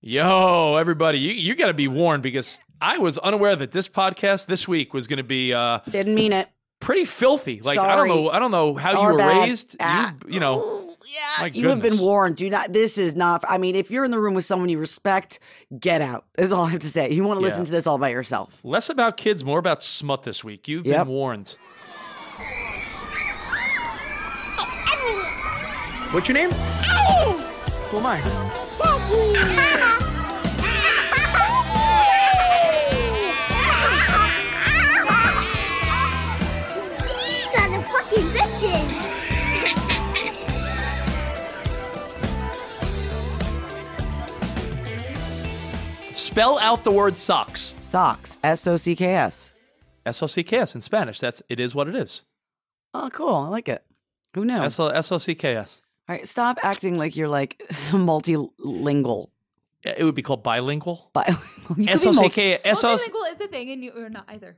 Yo, everybody, you, you got to be warned because I was unaware that this podcast this week was going to be uh, Didn't mean it. pretty filthy. Like I don't Sorry. know, I don't know how Our you were bad. raised. Ah. You, you know, Yeah, My you have been goodness. warned. Do not. This is not. I mean, if you're in the room with someone you respect, get out. That's all I have to say. You want to listen Yeah. to this all by yourself. less about kids, more about smut this week. You've Yep. been warned. What's your name? Who am I? These are the fucking bitches. Spell out the word socks. Socks. S O C K S. S O C K S in Spanish. That's it is what it is. Oh, cool. I like it. Who knows? S O S O C K S. all right. Stop acting like you're like multilingual. Yeah, It would be called bilingual. Bi- you could be S O C multi- K S O Multilingual is a thing, and you are not either.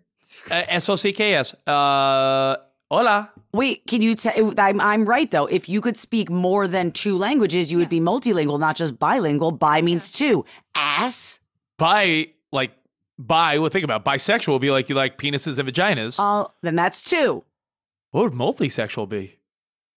S O C K S. Uh, hola. Wait, can you tell? I'm, I'm right though. If you could speak more than two languages, you would be multilingual, not just bilingual. Bi means two. Ass. Bi like bi. Well, think about it. bisexual. Would be like you like penises and vaginas. All Uh, then that's two. what would multisexual be?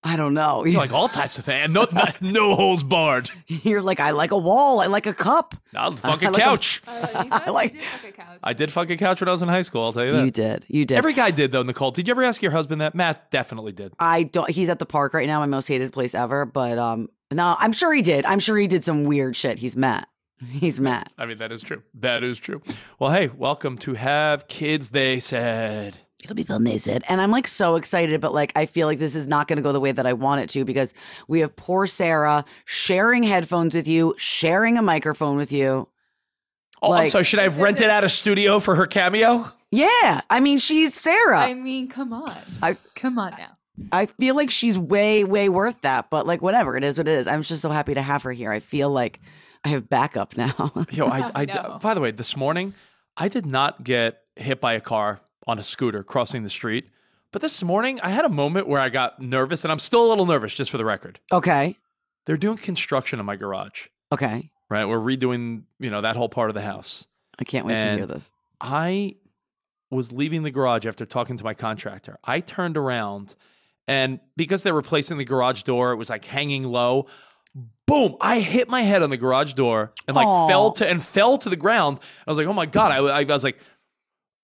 I don't know. You know, like all types of things. No, no, no holes barred. You're like, I like a wall. I like a cup. I'll fuck a I like a- couch. Oh, you I guys like- did fuck a couch. I did fuck a couch when I was in high school. I'll tell you that. You did. You did. Every guy did though. Nicole, did you ever ask your husband that? Matt definitely did. I don't. He's at the park right now, my most hated place ever. But um, no, I'm sure he did. I'm sure he did some weird shit. He's Matt. He's Matt. I mean, that is true. That is true. Well, hey, welcome to Have Kids. They said. It'll be fun, they said. And I'm like so excited, but like I feel like this is not going to go the way that I want it to because we have poor Sarah sharing headphones with you, sharing a microphone with you. Oh, I'm Like- sorry. Should I have rented out a studio for her cameo? Yeah, I mean she's Sarah. I i mean, come on, I- come on now. feel like she's way way worth that, but like whatever, it is what it is. I'm just so happy to have her here. I feel like I have backup now. Yo, I, I, no. by the way, this morning, I did not get hit by a car on a scooter crossing the street. But this morning, I had a moment where I got nervous, and I'm still a little nervous, just for the record. okay. They're doing construction in my garage, Okay. right? We're redoing, you know, that whole part of the house. I can't wait to hear And- this. I was leaving the garage after talking to my contractor. I turned around, and because they're replacing the garage door, it was like hanging low. Boom! I hit my head on the garage door and like Aw. fell to and fell to the ground. I was like, "Oh my god!" I, I, I was like,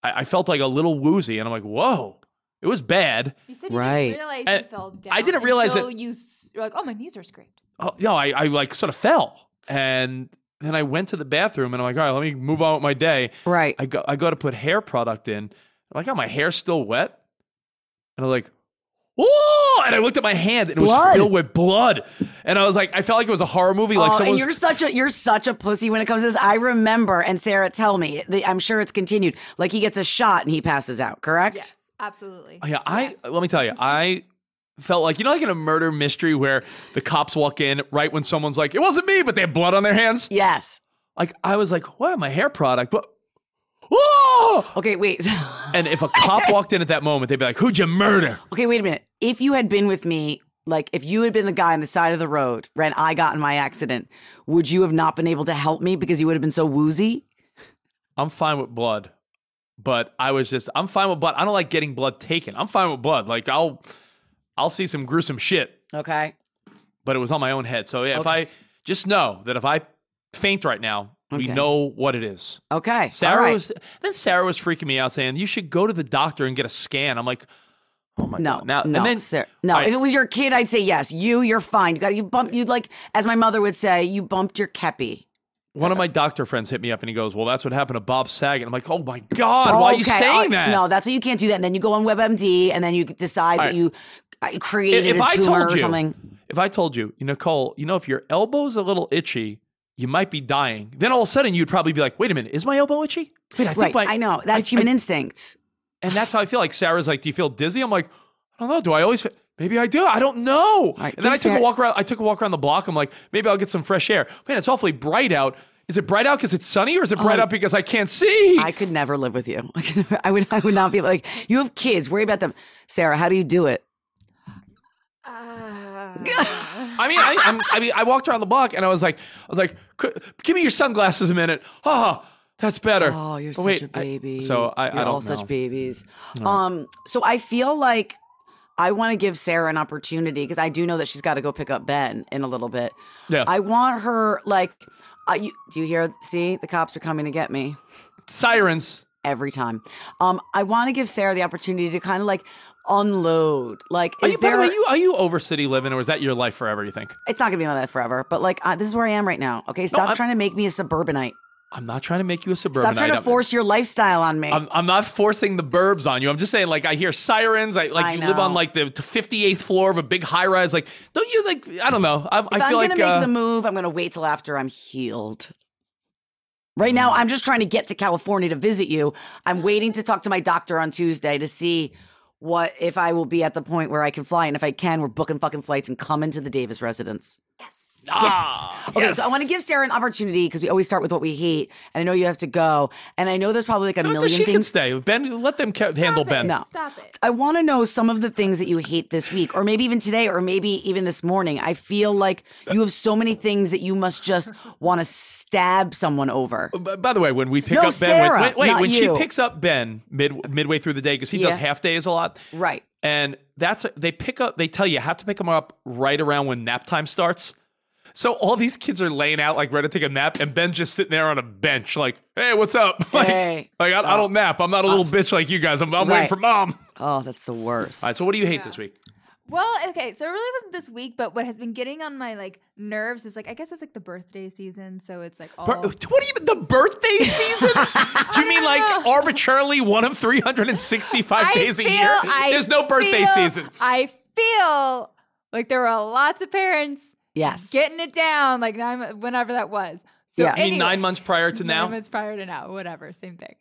I, I felt like a little woozy, and I'm like, "Whoa!" It was bad. You said you Right. didn't realize I- you fell down. I didn't realize until it- You s- you're like, oh, my knees are scraped. Oh, no, I, I like sort of fell, and then I went to the bathroom, and I'm like, "All right, let me move on with my day." Right. I go I go to put hair product in. Like, oh, my hair's still wet. And I'm like, oh! And I looked at my hand and it was Blood. filled with blood. And I was like, I felt like it was a horror movie. Like oh, and someone's you're such a you're such a pussy when it comes to this. I remember, and Sarah, tell me. the- I'm sure it's continued. Like he gets a shot and he passes out. Correct? Yes, absolutely. Oh, yeah, I Yes. let me tell you, I felt like you know, like in a murder mystery where the cops walk in right when someone's like, it wasn't me, but they have blood on their hands. Yes. Like I was like, what my hair product? But oh! Okay. Wait. And if a cop walked in at that moment, they'd be like, who'd you murder? okay. Wait a minute. If you had been with me, like if you had been the guy on the side of the road when I got in my accident, would you have not been able to help me because you would have been so woozy? I'm fine with blood, but I was just I'm fine with blood. I don't like getting blood taken. I'm fine with blood. Like I'll I'll see some gruesome shit, Okay. but it was on my own head. So yeah, if Okay. I Just know that if I faint right now, we Okay. know what it is. Okay. all Sarah right. was then Sarah was freaking me out saying you should go to the doctor and get a scan. I'm like, oh my No, god. Now no, and then Sarah, no. all right. If it was your kid, I'd say yes. You, you're fine. You got you bumped. You like, as my mother would say, you bumped your kepi. one of my doctor friends hit me up and he goes, well, that's what happened to Bob Saget. I'm like, oh my god, why are you Okay, saying uh, that? No, that's what you can't do. That, and then you go on WebMD, and then you decide All that right. you uh, created a tumor or something. If I told you, you know, Cole, you know, if your elbow's a little itchy, you might be dying. Then all of a sudden, you'd probably be like, "Wait a minute, is my elbow itchy?" Wait, I Right. think my I know. That's I- human I- instinct. and that's how I feel. Like Sarah's like, "Do you feel dizzy?" I'm like, "I don't know. Do I always? Feel, maybe I do. I don't know." right, and then give I took Sarah- a walk around. I took a walk around the block. I'm like, maybe I'll get some fresh air. Man, it's awfully bright out. Is it bright out because it's sunny, or is it Oh. bright out because I can't see? I could never live with you. I, could, I would. I would not be like you have kids. Worry about them, Sarah. How do you do it? Uh, I mean, I, I'm, I mean, I walked around the block and I was like, I was like, "C- give me your sunglasses a minute. Oh, that's better. Oh, you're But such wait, a I- baby. so I, you're I don't all know. such babies. Um, so I feel like I want to give Sarah an opportunity because I do know that she's got to go pick up Ben in a little bit. Yeah. I want her like. Uh, you, do you hear? See, the cops are coming to get me Sirens. every time. Um, I want to give Sarah the opportunity to kind of like unload. Like, Are is you, Oh, by there? the way, you, are you over city living or is that your life forever, you think? it's not gonna be my life forever, but like, uh, this is where I am right now. Okay, stop I'm- trying to make me a suburbanite. I'm not trying to make you a Stop suburbanite. trying to I'm- force your lifestyle on me. I'm, I'm not forcing the burbs on you. I'm just saying, like, I hear sirens. I like I you live on know. like the 58th floor of a big high rise. Like, don't you like? I don't know. I, I if feel I'm like gonna make uh, the move, I'm gonna wait till after I'm healed. Right now, Mm-hmm. I'm just trying to get to California to visit you. I'm waiting to talk to my doctor on Tuesday to see what if I will be at the point where I can fly, and if I can, we're booking fucking flights and coming to the Davis residence. ah, Okay, so I want to give Sarah an opportunity because we always start with what we hate, and I know you have to go, and I know there's probably like a No, million she can things. stay. Ben, let them ca- handle Stop Ben. it. No. Stop it. I want to know some of the things that you hate this week, or maybe even today, or maybe even this morning. I feel like you have so many things that you must just want to stab someone over. B- By the way, when we pick No, up Ben, Sarah, when, wait, wait, not when you. she picks up Ben mid midway through the day because he does Yeah. half days a lot, Right. and that's they pick up. They tell you have to pick him up right around when nap time starts. So all these kids are laying out like ready to take a nap, and Ben's just sitting there on a bench, like, "Hey, what's up?" Like, Hey. Uh, like I, I don't nap. I'm not a little bitch like you guys. I'm, I'm waiting Right. for mom. All Oh, that's the worst. right. So what do you hate this week? Well, okay, so it really wasn't this week, but what has been getting on my like nerves is like I guess it's like the birthday season, so it's like all Bir- What do you mean the birthday season? do you mean like arbitrarily one of 365 I days a feel- year? I There's no birthday feel- season. I feel like there are lots of parents yes. getting it down, like nine, whenever that was. So Yeah. I anyway- mean, nine months prior to now. Nine months prior to now, whatever, same thing.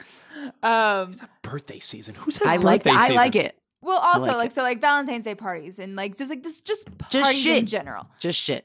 Um, birthday season. Who says I birthday like that. season? I like it. well, also like like, it. so like Valentine's Day parties and like just like just just parties Just in shit. general. Just shit.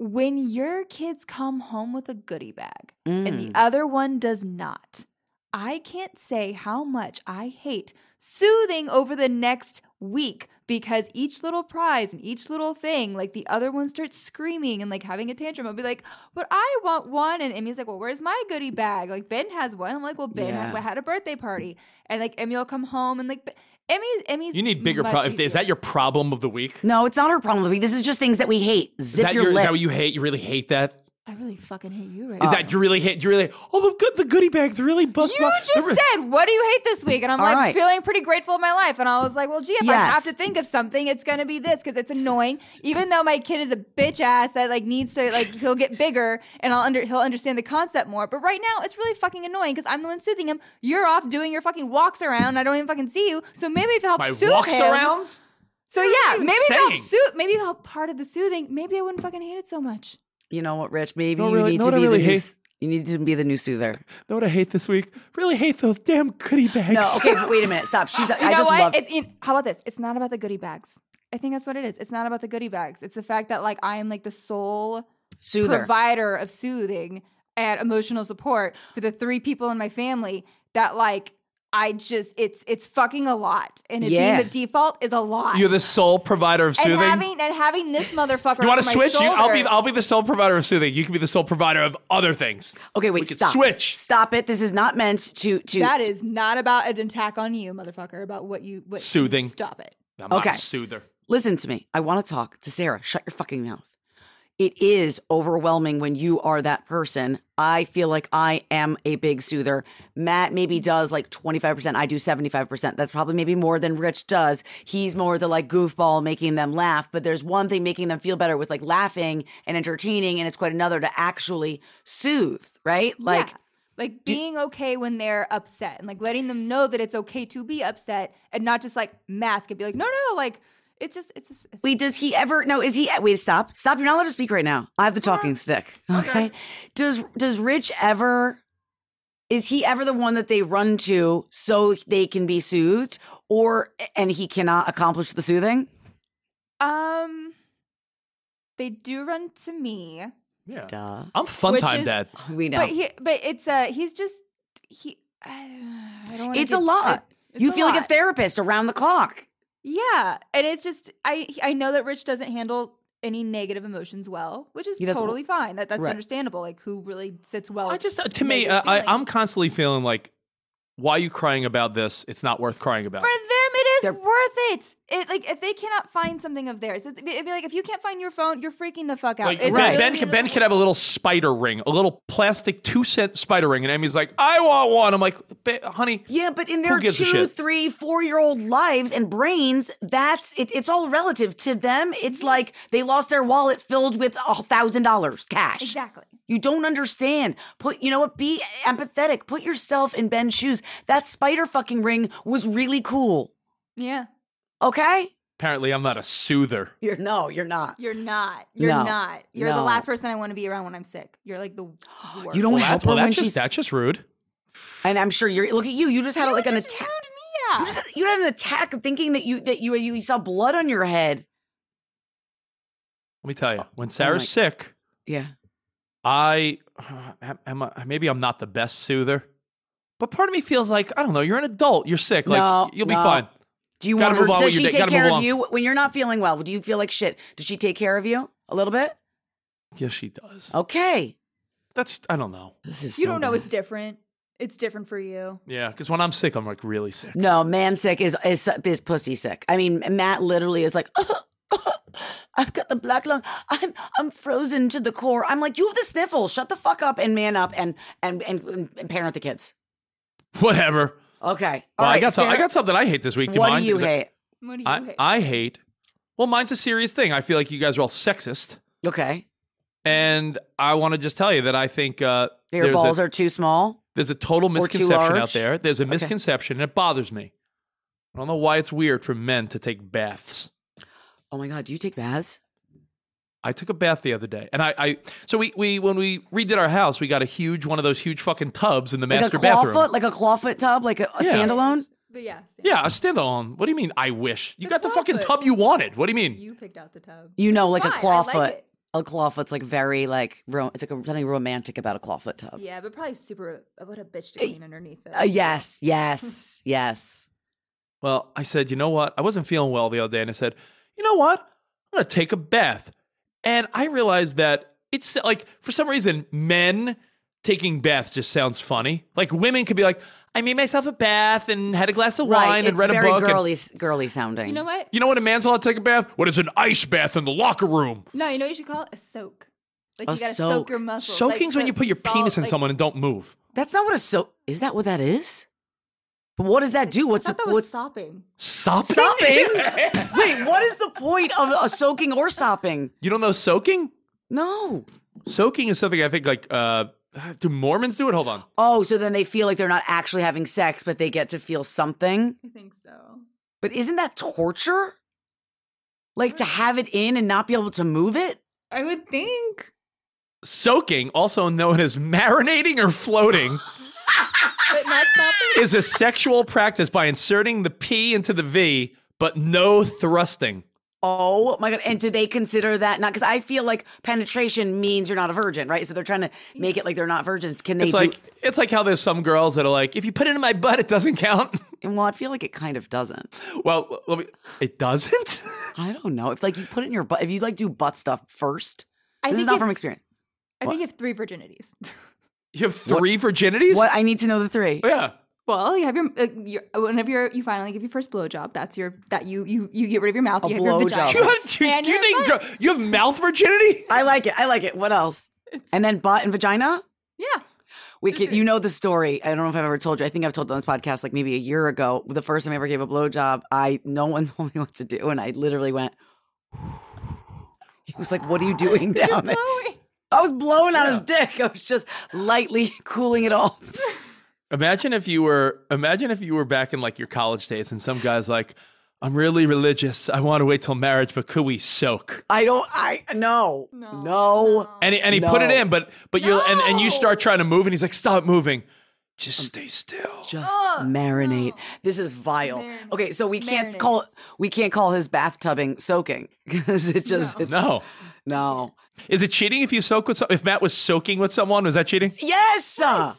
When your kids come home with a goodie bag and Mm. the other one does not, I can't say how much I hate soothing over the next week because each little prize and each little thing, like the other one starts screaming and like having a tantrum. I'll be like, but I want one. And Emmy's like, well, where's my goodie bag? Like, Ben has one. I'm like, well, Ben Yeah. had, had a birthday party. And like, Emmy will come home and like, but Emmy's, Emmy's. You need bigger much problems. Is easier. that your problem of the week? No, it's not her problem. with me. This is just things that we hate. Is Zip that, your, your, is lip. that what you hate? You really hate that? I really fucking hate you right Is now. that you really hate? Do you really? Oh, the good, the goodie bags really bust. Uh. You my- the just re- said, "What do you hate this week?" And I'm All like right. feeling pretty grateful of my life. And I was like, "Well, gee, if I have Yes. to think of something, it's gonna be this because it's annoying. Even though my kid is a bitch ass that like needs to like he'll get bigger and I'll under he'll understand the concept more. But right now, it's really fucking annoying because I'm the one soothing him. You're off doing your fucking walks around. and I don't even fucking see you. So maybe if you help my soothe walks him, around. So yeah, even maybe if you help saying? soothe, maybe if you help part of the soothing. Maybe I wouldn't fucking hate it so much. you know what, Rich? Maybe No, you really- need no, to what I be the really new, hate- s- you need to be the new soother. Know what I hate this week? Really hate those damn goodie bags. No, okay, but wait a minute. Stop. She's. You I know just what? love. It's in, how about this? It's not about the goodie bags. I think that's what it is. It's not about the goodie bags. It's the fact that like I am like the sole Soother. provider of soothing and emotional support for the three people in my family that like I just it's it's fucking a lot. And it Yeah. being the default is a lot. You're the sole provider of and soothing. having and having this motherfucker. you want over to my switch? You, I'll be. shoulder- I'll be the sole provider of soothing. You can be the sole provider of other things. Okay, wait. We could stop. switch. Stop it. This is not meant to. To. that is not about an attack on you, motherfucker, about what you what Soothing. Stop it. I'm not a Okay. soother. Listen to me. I want to talk to Sarah. Shut your fucking mouth. it is overwhelming when you are that person. I feel like I am a big soother. Matt maybe does like 25%. I do 75%. That's probably maybe more than Rich does. He's more the like goofball making them laugh, but there's one thing making them feel better with like laughing and entertaining, and it's quite another to actually soothe, right? Like, Yeah. like being okay when they're upset and like letting them know that it's okay to be upset and not just like mask and be like, no, no, like it's just it's just it's Wait, does he ever? No, is he? Wait, stop, stop! You're not allowed to speak right now. I have the talking stick. Okay. Does Does Rich ever? Is he ever the one that they run to so they can be soothed, or and he cannot accomplish the soothing? um they do run to me. Yeah. Duh. I'm fun Which time is- dad. We know. But he but it's uh he's just he I don't wanna it's a give- lot. I- it's you feel like a lot. therapist around the clock. Yeah, and it's just I he- I know that Rich doesn't handle any negative emotions well, which is He doesn't- totally fine. That that's Right. uh, understandable. Like who really sits well? I with just to me, negative I, feelings? I'm constantly feeling like, why are you crying about this? It's not worth crying about. For them, it is They're- worth it. It like if they cannot find something of theirs, it's, it'd be like if you can't find your phone, you're freaking the fuck out. Like, It's Ben, Right. ben, really could- ben little- could have a little spider ring, a little plastic two cent spider ring, and Emmy's like, "I want one." I'm like, "Ba- "Honey, Yeah, but in their gives a two, shit? three, four year old lives and brains, that's it, it's all relative to them. It's like they lost their wallet filled with a thousand dollars cash. exactly. You don't understand. Put, you know what? Be empathetic. Put yourself in Ben's shoes. That spider fucking ring was really cool. Yeah, Okay? apparently I'm not a soother." You're no, you're not. you're not. You're No. not. You're the No. last person I want to be around when I'm sick. You're like the worst. You don't Well, help that's, her well, when that's she's. just that's just rude. And I'm sure you're. Look at you. You just had like an just attack. rude You, me out. just, you had an attack of thinking that you that you you saw blood on your head. Let me tell you, Oh, when Sarah's my- sick, Yeah. I am- am I- maybe I'm not the best soother, but part of me feels like I don't know. You're an adult. You're sick. Like No, you'll be no. fine. Do you Gotta want her? move on Does with your she day. take Gotta care move of on. you when you're not feeling well? Do you feel like shit? Does she take care of you a little bit? Yeah, she does. Okay. That's I don't know. This is. You so don't know bad. it's different. It's different for you. Yeah, because when I'm sick, I'm like really sick. No, man sick is is is pussy sick. I mean, Matt literally is like, I've got the black lung. I'm I'm frozen to the core. I'm like, you have the sniffles. Shut the fuck up and man up and and and, and parent the kids. Whatever. Okay. All right. Well, I got some, I Sarah, got something I hate this week. Do you What mind? do you Is it- hate? What do you I, hate? I hate. Well, mine's a serious thing. I feel like you guys are all sexist, Okay. and I want to just tell you that I think uh, Your there's balls a, are too small. there's a total too misconception out large? there. There's a misconception, and it bothers me. I don't know why it's weird for men to take baths. Oh my god, do you take baths? I took a bath the other day, and I, I so we we when we redid our house, we got a huge one of those huge fucking tubs in the Like master a clawfoot, bathroom. like a clawfoot tub, like a, a Yeah. standalone. But yeah, Yeah, a standalone. What do you mean? I wish you The got the fucking clawfoot. tub you wanted. What do you mean? You picked out the tub. You know, like a Fine, I like clawfoot. it. a clawfoot's like very like ro- it's like a, something romantic about a clawfoot tub. Yeah, but probably super. What a bitch to clean underneath it. Uh, yes, yes, yes. Well, I said, you know what? I wasn't feeling well the other day, and I said, you know what? I'm gonna take a bath. And I realized that it's like for some reason, men taking baths just sounds funny. Like women could be like, I made myself a bath and had a glass of wine and it's read a very book. and- girly, girly sounding. You know what? you know what a man's allowed to take a bath? What is an ice bath in the locker room? No, you know what you should call it? A soak. Like A you gotta soak, soak. your muscles. Soaking's like, when you the put your penis salt, in like- someone and don't move. That's not what a so. Is that what that is? But what does that do? I What's the thought that was what's sopping. Sopping? sopping? Wait, what is the point of a soaking or sopping? you don't know soaking? No. Soaking is something I think like uh do Mormons do it? Hold on. Oh, so then they feel like they're not actually having sex, but they get to feel something. I think so. But isn't that torture? Like to have it in and not be able to move it? I would think. Soaking, also known as marinating or floating, But not sopping? is a sexual practice by inserting the P into the V, but no thrusting. Oh my god! And do they consider that not? Because I feel like penetration means you're not a virgin, right? So they're trying to make it like they're not virgins. Can they It's do? like it's like how there's some girls that are like, if you put it in my butt, it doesn't count. and well, I feel like it kind of doesn't. well, let me. It doesn't. I don't know if like you put it in your butt. If you like do butt stuff first, I this is think not if- from experience. I think you have three virginities. You have three virginities. What I need to know the three. Yeah. Well, you have your, uh, your whenever you're, you finally give your first blowjob. That's your that you you you get rid of your mouth. A you have your blowjob. vagina. You, you, And you your think butt. gr- you have mouth virginity? I like it. I like it. What else? And then butt and vagina? Yeah. We could, you know the story. I don't know if I've ever told you. I think I've told it on this podcast like maybe a year ago. The first time I ever gave a blowjob, I no one told me what to do, and I literally went. He was like, "What are you doing down there?" Blowing. I was blowing on his dick. I was just lightly cooling it off. Imagine if you were imagine if you were back in like your college days and some guy's like, I'm really religious. I want to wait till marriage, but could we soak? I don't. I no, No, no. And he, and he put it No. in, but but you and, and you No. start trying to move and he's like, Stop moving. Just stay still. Just marinate. This is vile. Marinate. Okay, so we can't Marinate. call we can't call his bathtubing soaking because it just it's- No. no. Is it cheating if you soak with some, if Matt was soaking with someone? Was that cheating? Yes, uh,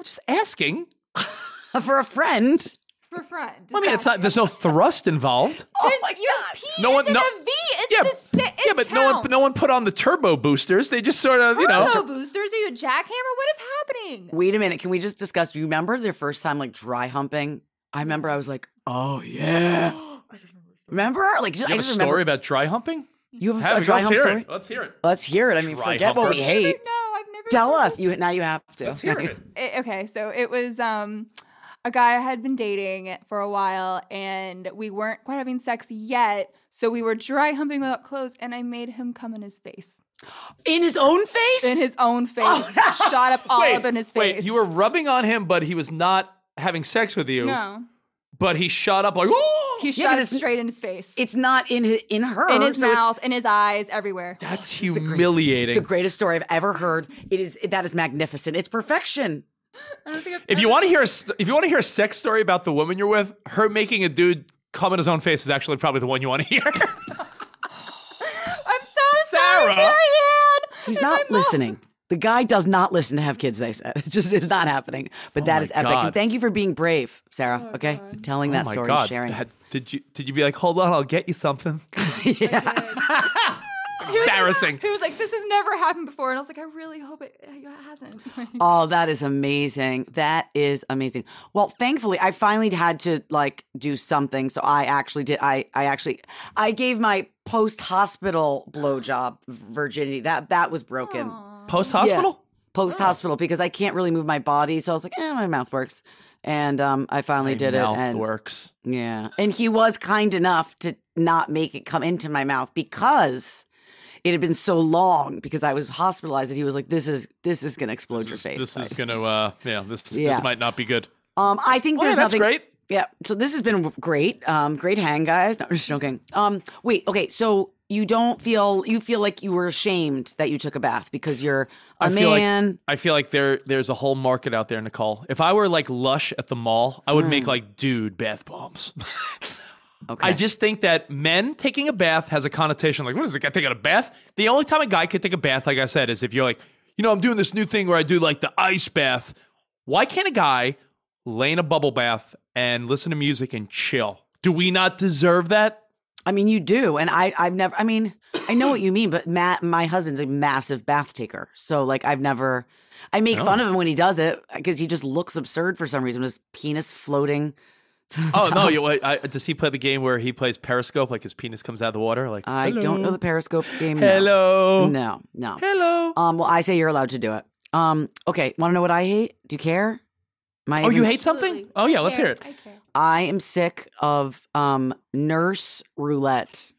I'm just asking. for a friend. For front. I mean, it's not. There's no thrust involved. Oh my Your god. P No one- isn't no- a V. It's Yeah, the si- it yeah, but no one, counts. no one put on the turbo boosters. They just sort of, you know, Turbo boosters? Are you a jackhammer? What is happening? Wait a minute. Can we just discuss? Do you remember their first time like dry humping? I remember I was like, oh yeah. Remember? Like just, You I have a just story remember. about dry humping? You have, Have a it. dry Let's hump hear story. it. Let's hear it. Let's hear it. I mean, Dry forget what humper. we No, hate. I've never. Tell us. You now you have to. Let's hear it. it- okay, so it was um a guy I had been dating for a while and we weren't quite having sex yet, so we were dry humping without clothes and I made him come in his face. In his own face. In his own face. Shot up all up in his face. wait, you were rubbing on him, but he was not having sex with you. No. But he shot up like, oh, He Yeah, 'cause shot it it's- straight in his face. it's not in his, in her. in his so it's- mouth, in his eyes, everywhere. that's the great- It's humiliating. the greatest story I've ever heard. It is that is magnificent. It's perfection. I don't think I've if you want to hear, a, st- if you want to hear a sex story about the woman you're with, her making a dude come in his own face is actually probably the one you want to hear. I'm so sorry, Sarah. Marianne. He's And not my mom- listening. The guy does not listen to have kids. They said it just is not happening. But that Oh my is epic. And God. thank you for being brave, Sarah. okay, telling that oh my story god, and sharing. Dad, did you did you be like, hold on, I'll get you something? He was like- Embarrassing. He was like, "This has never happened before," and I was like, "I really hope it, it hasn't." Oh, that is amazing. That is amazing. Well, thankfully, I finally had to like do something. So I actually did. I I actually I gave my post hospital blowjob virginity. That that was broken. Post hospital. post hospital because I can't really move my body. So I was like, eh, my mouth works. And um, I finally did mouth it. And, works. Yeah. And he was kind enough to not make it come into my mouth because it had been so long because I was hospitalized that he was like, This is this is gonna explode your face. This is gonna, uh, yeah, this Yeah. this might not be good. um I think Well, there's yeah, that's nothing great. Yeah. So this has been great. Um great hang guys. No, I'm just joking. Um wait, okay, so you don't feel you feel like you were ashamed that you took a bath because you're a I feel like- man. I feel like there there's a whole market out there, Nicole. If I were like lush at the mall, I would Hmm. make like dude bath bombs. okay. I just think that men taking a bath has a connotation like, what is a guy taking a bath? The only time a guy could take a bath, like I said, is if you're like, you know, I'm doing this new thing where I do like the ice bath. Why can't a guy lay in a bubble bath and listen to music and chill? Do we not deserve that? I mean, you do, and I, I've never. I mean, I know what you mean, but Matt, my husband's a massive bath taker, so like I've never. I make fun Oh. of him when he does it because he just looks absurd for some reason. His penis floating. Oh no! You, I, does he play the game where he plays Periscope, like his penis comes out of the water? Like I don't know the Periscope game. no. Hello. No, no. Hello. Um. Well, I say you're allowed to do it. Um. Okay. Want to know what I hate? Do you care? My Oh, you even- hate something? Oh yeah, let's hear it. I care. I am sick of um, nurse roulette.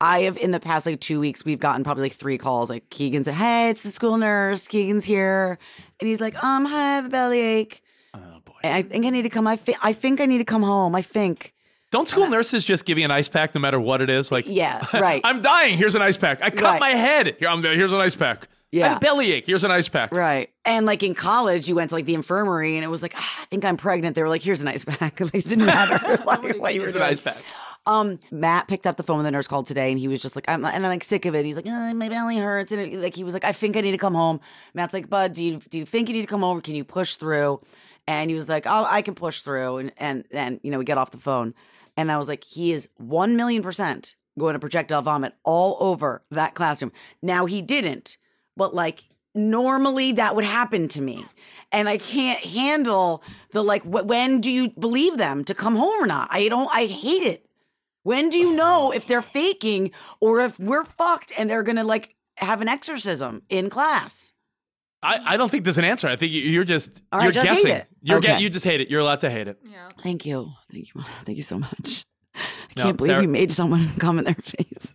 I have in the past like two weeks, we've gotten probably like three calls. Like Keegan said, "Hey, it's the school nurse. Keegan's here," and he's like, "Um, hi, I have a bellyache. Oh boy. And I think I need to come. I, fi- I think I need to come home. I think. Don't school nurses just give you an ice pack no matter what it is? Like, Yeah, right. I'm dying. Here's an ice pack. I cut Right. my head. Here, I'm, here's an ice pack. I Yeah. have a bellyache. Here's an ice pack. Right. And like in college, you went to like the infirmary, and it was like, "Ah, I think I'm pregnant. They were like, here's an ice pack. like, it didn't matter like, what you were Here's an doing. ice pack. Um, Matt picked up the phone when the nurse called today, and he was just like, "I'm," and I'm like sick of it. He's like, "Uh, "My belly hurts," and it, like he was like, "I think I need to come home." Matt's like, "Bud, do you do you think you need to come over? Can you push through?" And he was like, "Oh, I can push through," and and and you know, we get off the phone, and I was like, "He is one million percent going to projectile vomit all over that classroom." Now he didn't, but like. normally that would happen to me. And I can't handle the like, wh- when do you believe them to come home or not? I don't, I hate it. When do you know if they're faking or if we're fucked and they're gonna like have an exorcism in class? I, I don't think there's an answer. I think you- you're just All right, you're just hate guessing. it. You're get, Okay. you just hate it. You're allowed to hate it. Yeah. Thank you. Thank you. Thank you so much. I No, can't believe Sarah- you made someone come in their face.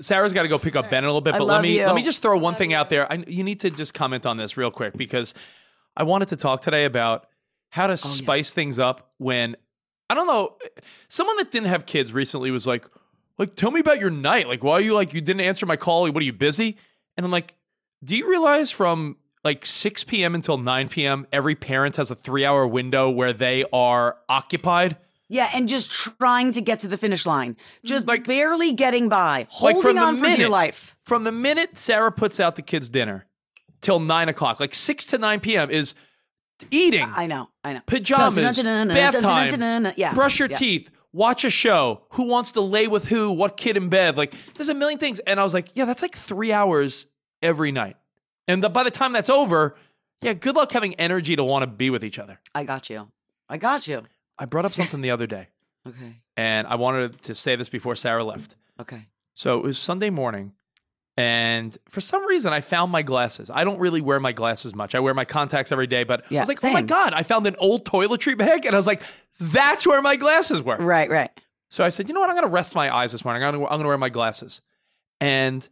Sarah's got to go pick up Ben in a little bit, I but let love me you. let me just throw one thing out there. I, you need to just comment on this real quick because I wanted to talk today about how Oh, to spice things up when I don't know someone that didn't have kids recently was like, like tell me about your night. Like why are you like you didn't answer my call? What are you busy? And I'm like, do you realize from like 6 p.m. until 9 p.m. every parent has a three hour window where they are occupied. Yeah, and just trying to get to the finish line, just Like- barely getting by, Like, holding from the on for dear minute- life. From the minute Sarah puts out the kids' dinner till nine o'clock, like six to nine p.m. is eating, I know, I know. pajamas, Dun-dun-dun-dun-dun, bath dun-dun-dun-dun-dun. time, Yeah, brush your yeah. teeth, watch a show. Who wants to lay with who? What kid in bed? Like there's a million things, and I was like, yeah, that's like three hours every night, and the, by the time that's over, yeah, good luck having energy to want to be with each other. I got you. I got you. I brought up something the other day, Okay, and I wanted to say this before Sarah left. okay. So it was Sunday morning, and for some reason, I found my glasses. I don't really wear my glasses much. I wear my contacts every day, but I Yeah, was like, oh my same. God, I found an old toiletry bag. And I was like, that's where my glasses were. Right, right. So I said, you know what? I'm going to rest my eyes this morning. I'm going to I'm gonna wear my glasses. And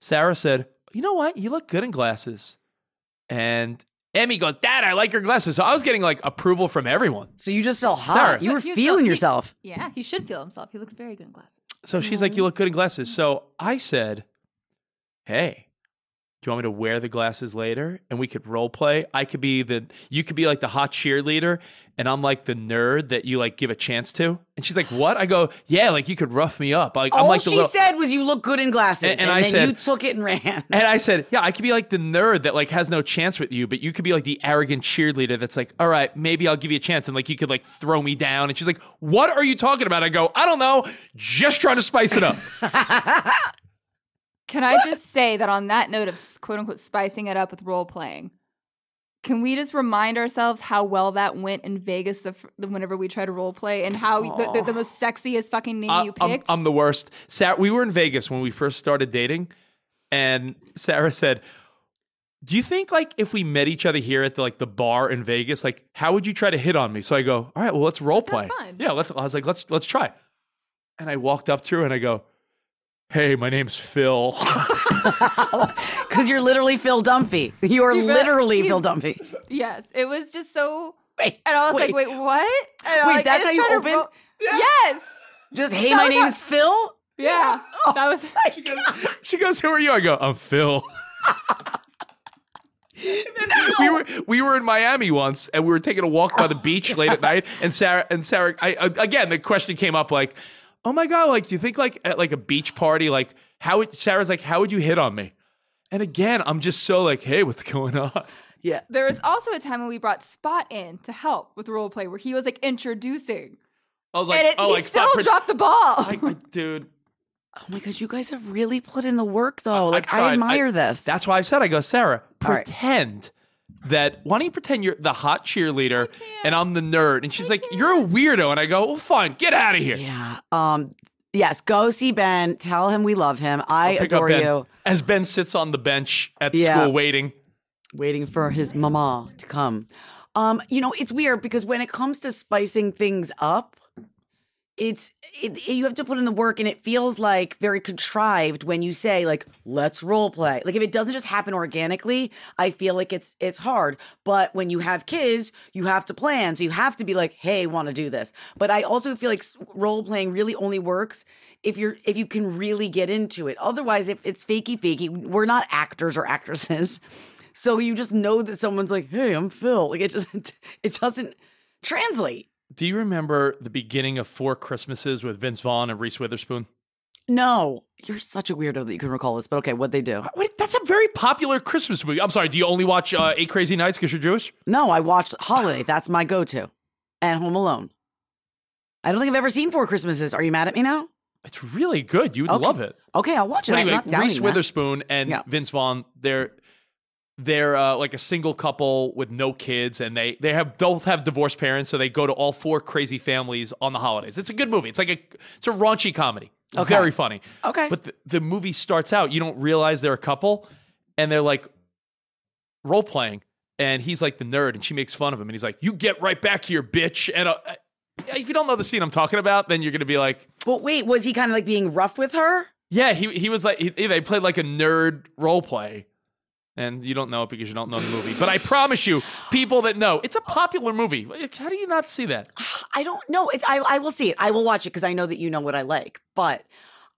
Sarah said, you know what? You look good in glasses. And Emmy goes, Dad, I like your glasses. So I was getting like approval from everyone. So you just felt hot. Sarah. You were You- you feeling felt- yourself. Yeah, he should feel himself. He looked very good in glasses. So she's like, You look good in glasses. So I said, Hey, do you want me to wear the glasses later? And we could role play. I could be the, you could be like the hot cheerleader, and I'm like the nerd that you like give a chance to. And she's like, What? I go, Yeah, like you could rough me up. Like, I'm All like the Oh, she little- said was, "You look good in glasses," And- and, and I then said- you took it and ran. And I said, Yeah, I could be like the nerd that like has no chance with you, but you could be like the arrogant cheerleader that's like, All right, maybe I'll give you a chance. And like you could like throw me down. And she's like, What are you talking about? I go, I don't know. Just trying to spice it up. Can I just say that on that note of s- quote unquote spicing it up with role playing, can we just remind ourselves how well that went in Vegas the, fir- the whenever we tried to role play and how the, the, the most sexiest fucking name Uh, I- you um, I'm- picked? I'm, the worst. Sarah, we were in Vegas when we first started dating, and Sarah said, "Do you think like if we met each other here at the, like the bar in Vegas, like how would you try to hit on me?" So I go, "All right, well let's role play." have fun. Yeah, let's. I was like, "Let's let's try." And I walked up to her and I go, "Hey, my name's Phil." Because you're literally Phil Dumphy. You are You bet. literally You- Phil Dumphy. yes, it was just so. Wait, And I was like, wait. wait, what? And I Wait, like, I that's just how you tried to open? roll- Yes. Just hey, That my was name how- is Phil. Yeah. Oh. That was. she goes, "Who are you?" I go, "I'm Phil." We were we were in Miami once, and we were taking a walk by the beach late at night. And Sarah and Sarah, I, I- again, the question came up like, "Oh my god, like, do you think like at like a beach party, like how would Sarah's like, how would you hit on me?" And again, I'm just so like, "Hey, what's going on?" Yeah. There was also a time when we brought Spot in to help with role play where he was like introducing, I was like, and it, "Oh, he like still fuck, pre- dropped the ball. I- I- dude." Oh my god, you guys have really put in the work though. like tried. I admire this. That's why I said, I go, Sarah, All right. pretend that, why don't you pretend you're the hot cheerleader and I'm the nerd? And she's like, you're a weirdo. And I go, well, fine, get out of here. yeah. Um. Yes. Go see Ben. Tell him we love him. I Pick up adore Ben. you. as Ben sits on the bench at Yeah. school waiting. waiting for his mama to come. Um, you know, it's weird because when it comes to spicing things up, it's it, it- you have to put in the work, and it feels like very contrived when you say like "let's role play." Like if it doesn't just happen organically, I feel like it's it's hard. But when you have kids, you have to plan, so you have to be like, "Hey, want to do this?" But I also feel like s- role playing really only works if you're if you can really get into it. Otherwise, if it's fakey fakey, we're not actors or actresses. So you just know that someone's like, "Hey, I'm Phil." Like it just it doesn't translate. Do you remember the beginning of Four Christmases with Vince Vaughn and Reese Witherspoon? No, you're such a weirdo that you can recall this. But okay, what they do? Uh, Wait, that's a very popular Christmas movie. I'm sorry. Do you only watch uh, Eight Crazy Nights because you're Jewish? No, I watched Holiday. That's my go-to, and Home Alone. I don't think I've ever seen Four Christmases. Are you mad at me now? It's really good. You'd Okay. love it. Okay, I'll watch it. But I'm anyway, not doubting Reese that. Witherspoon and Yeah. Vince Vaughn, they're they're uh, like a single couple with no kids, and they they have both have divorced parents, so they go to all four crazy families on the holidays. It's a good movie. It's like a it's a raunchy comedy, Okay. very funny. Okay, But the, the movie starts out, you don't realize they're a couple, and they're like role playing, and he's like the nerd, and she makes fun of him, and he's like, "You get right back here, bitch!" And uh, if you don't know the scene I'm talking about, then you're gonna be like. but wait, was he kind of like being rough with her? Yeah, he he was like he, they played like a nerd role play, and you don't know it because you don't know the movie. But I promise you, people that know, it's a Oh. popular movie. Like, How do you not see that? I don't know. It's I, I will see it. I will watch it because I know that you know what I like. But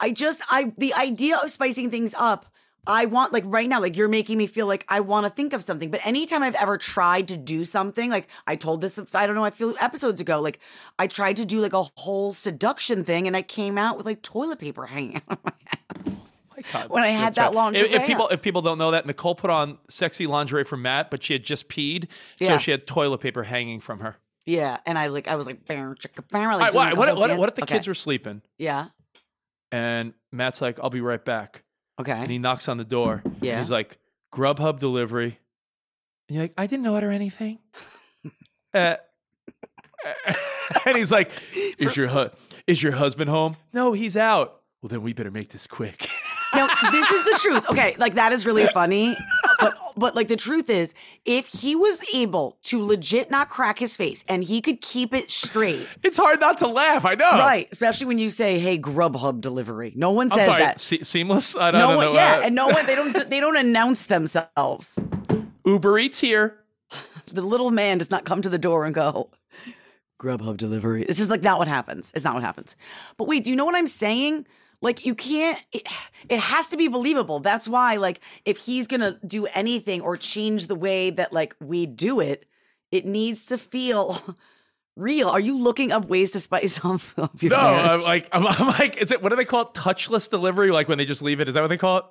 I just I the idea of spicing things up. I want like right now, like you're making me feel like I want to think of something. But anytime I've ever tried to do something, like I told this, I don't know, a few episodes ago, like I tried to do like a whole seduction thing, and I came out with like toilet paper hanging out of my ass. My God, When I had that's that right. long if, if Jabea. people if people don't know that, Nicole put on sexy lingerie for Matt, but she had just peed, so Yeah. she had toilet paper hanging from her. Yeah, and I like I was like, bam, chicka, bam, like, All right, doing, what, like, a what, whole what, dance. what if the Okay. kids were sleeping yeah and Matt's like, "I'll be right back," and okay he knocks on the door. and Yeah. he's like, "Grubhub delivery," and you're like, "I didn't order anything." uh, and he's like, "Is your hu- is your husband home?" No, he's out. Well, then we better make this quick. No, this is the truth. Okay, like that is really funny. But but like the truth is, if he was able to legit not crack his face and he could keep it straight, it's hard not to laugh. I know. right? Especially when you say, "Hey, Grubhub delivery." No one Oh. I'm says sorry. that. Se- seamless. I don't, I No don't one, know. yeah, uh, and no one. They don't. They don't announce themselves. Uber Eats here. The little man does not come to the door and go, Grubhub delivery. It's just like not what happens. It's not what happens. But wait, do you know what I'm saying? Like you can't it, it has to be believable. That's why like if he's going to do anything or change the way that like we do it, it needs to feel real. Are you looking up ways to spice up your No, I'm marriage? like, I'm, I'm like, is it? What do they call it? Touchless delivery? Like when they just leave it? Is that what they call it?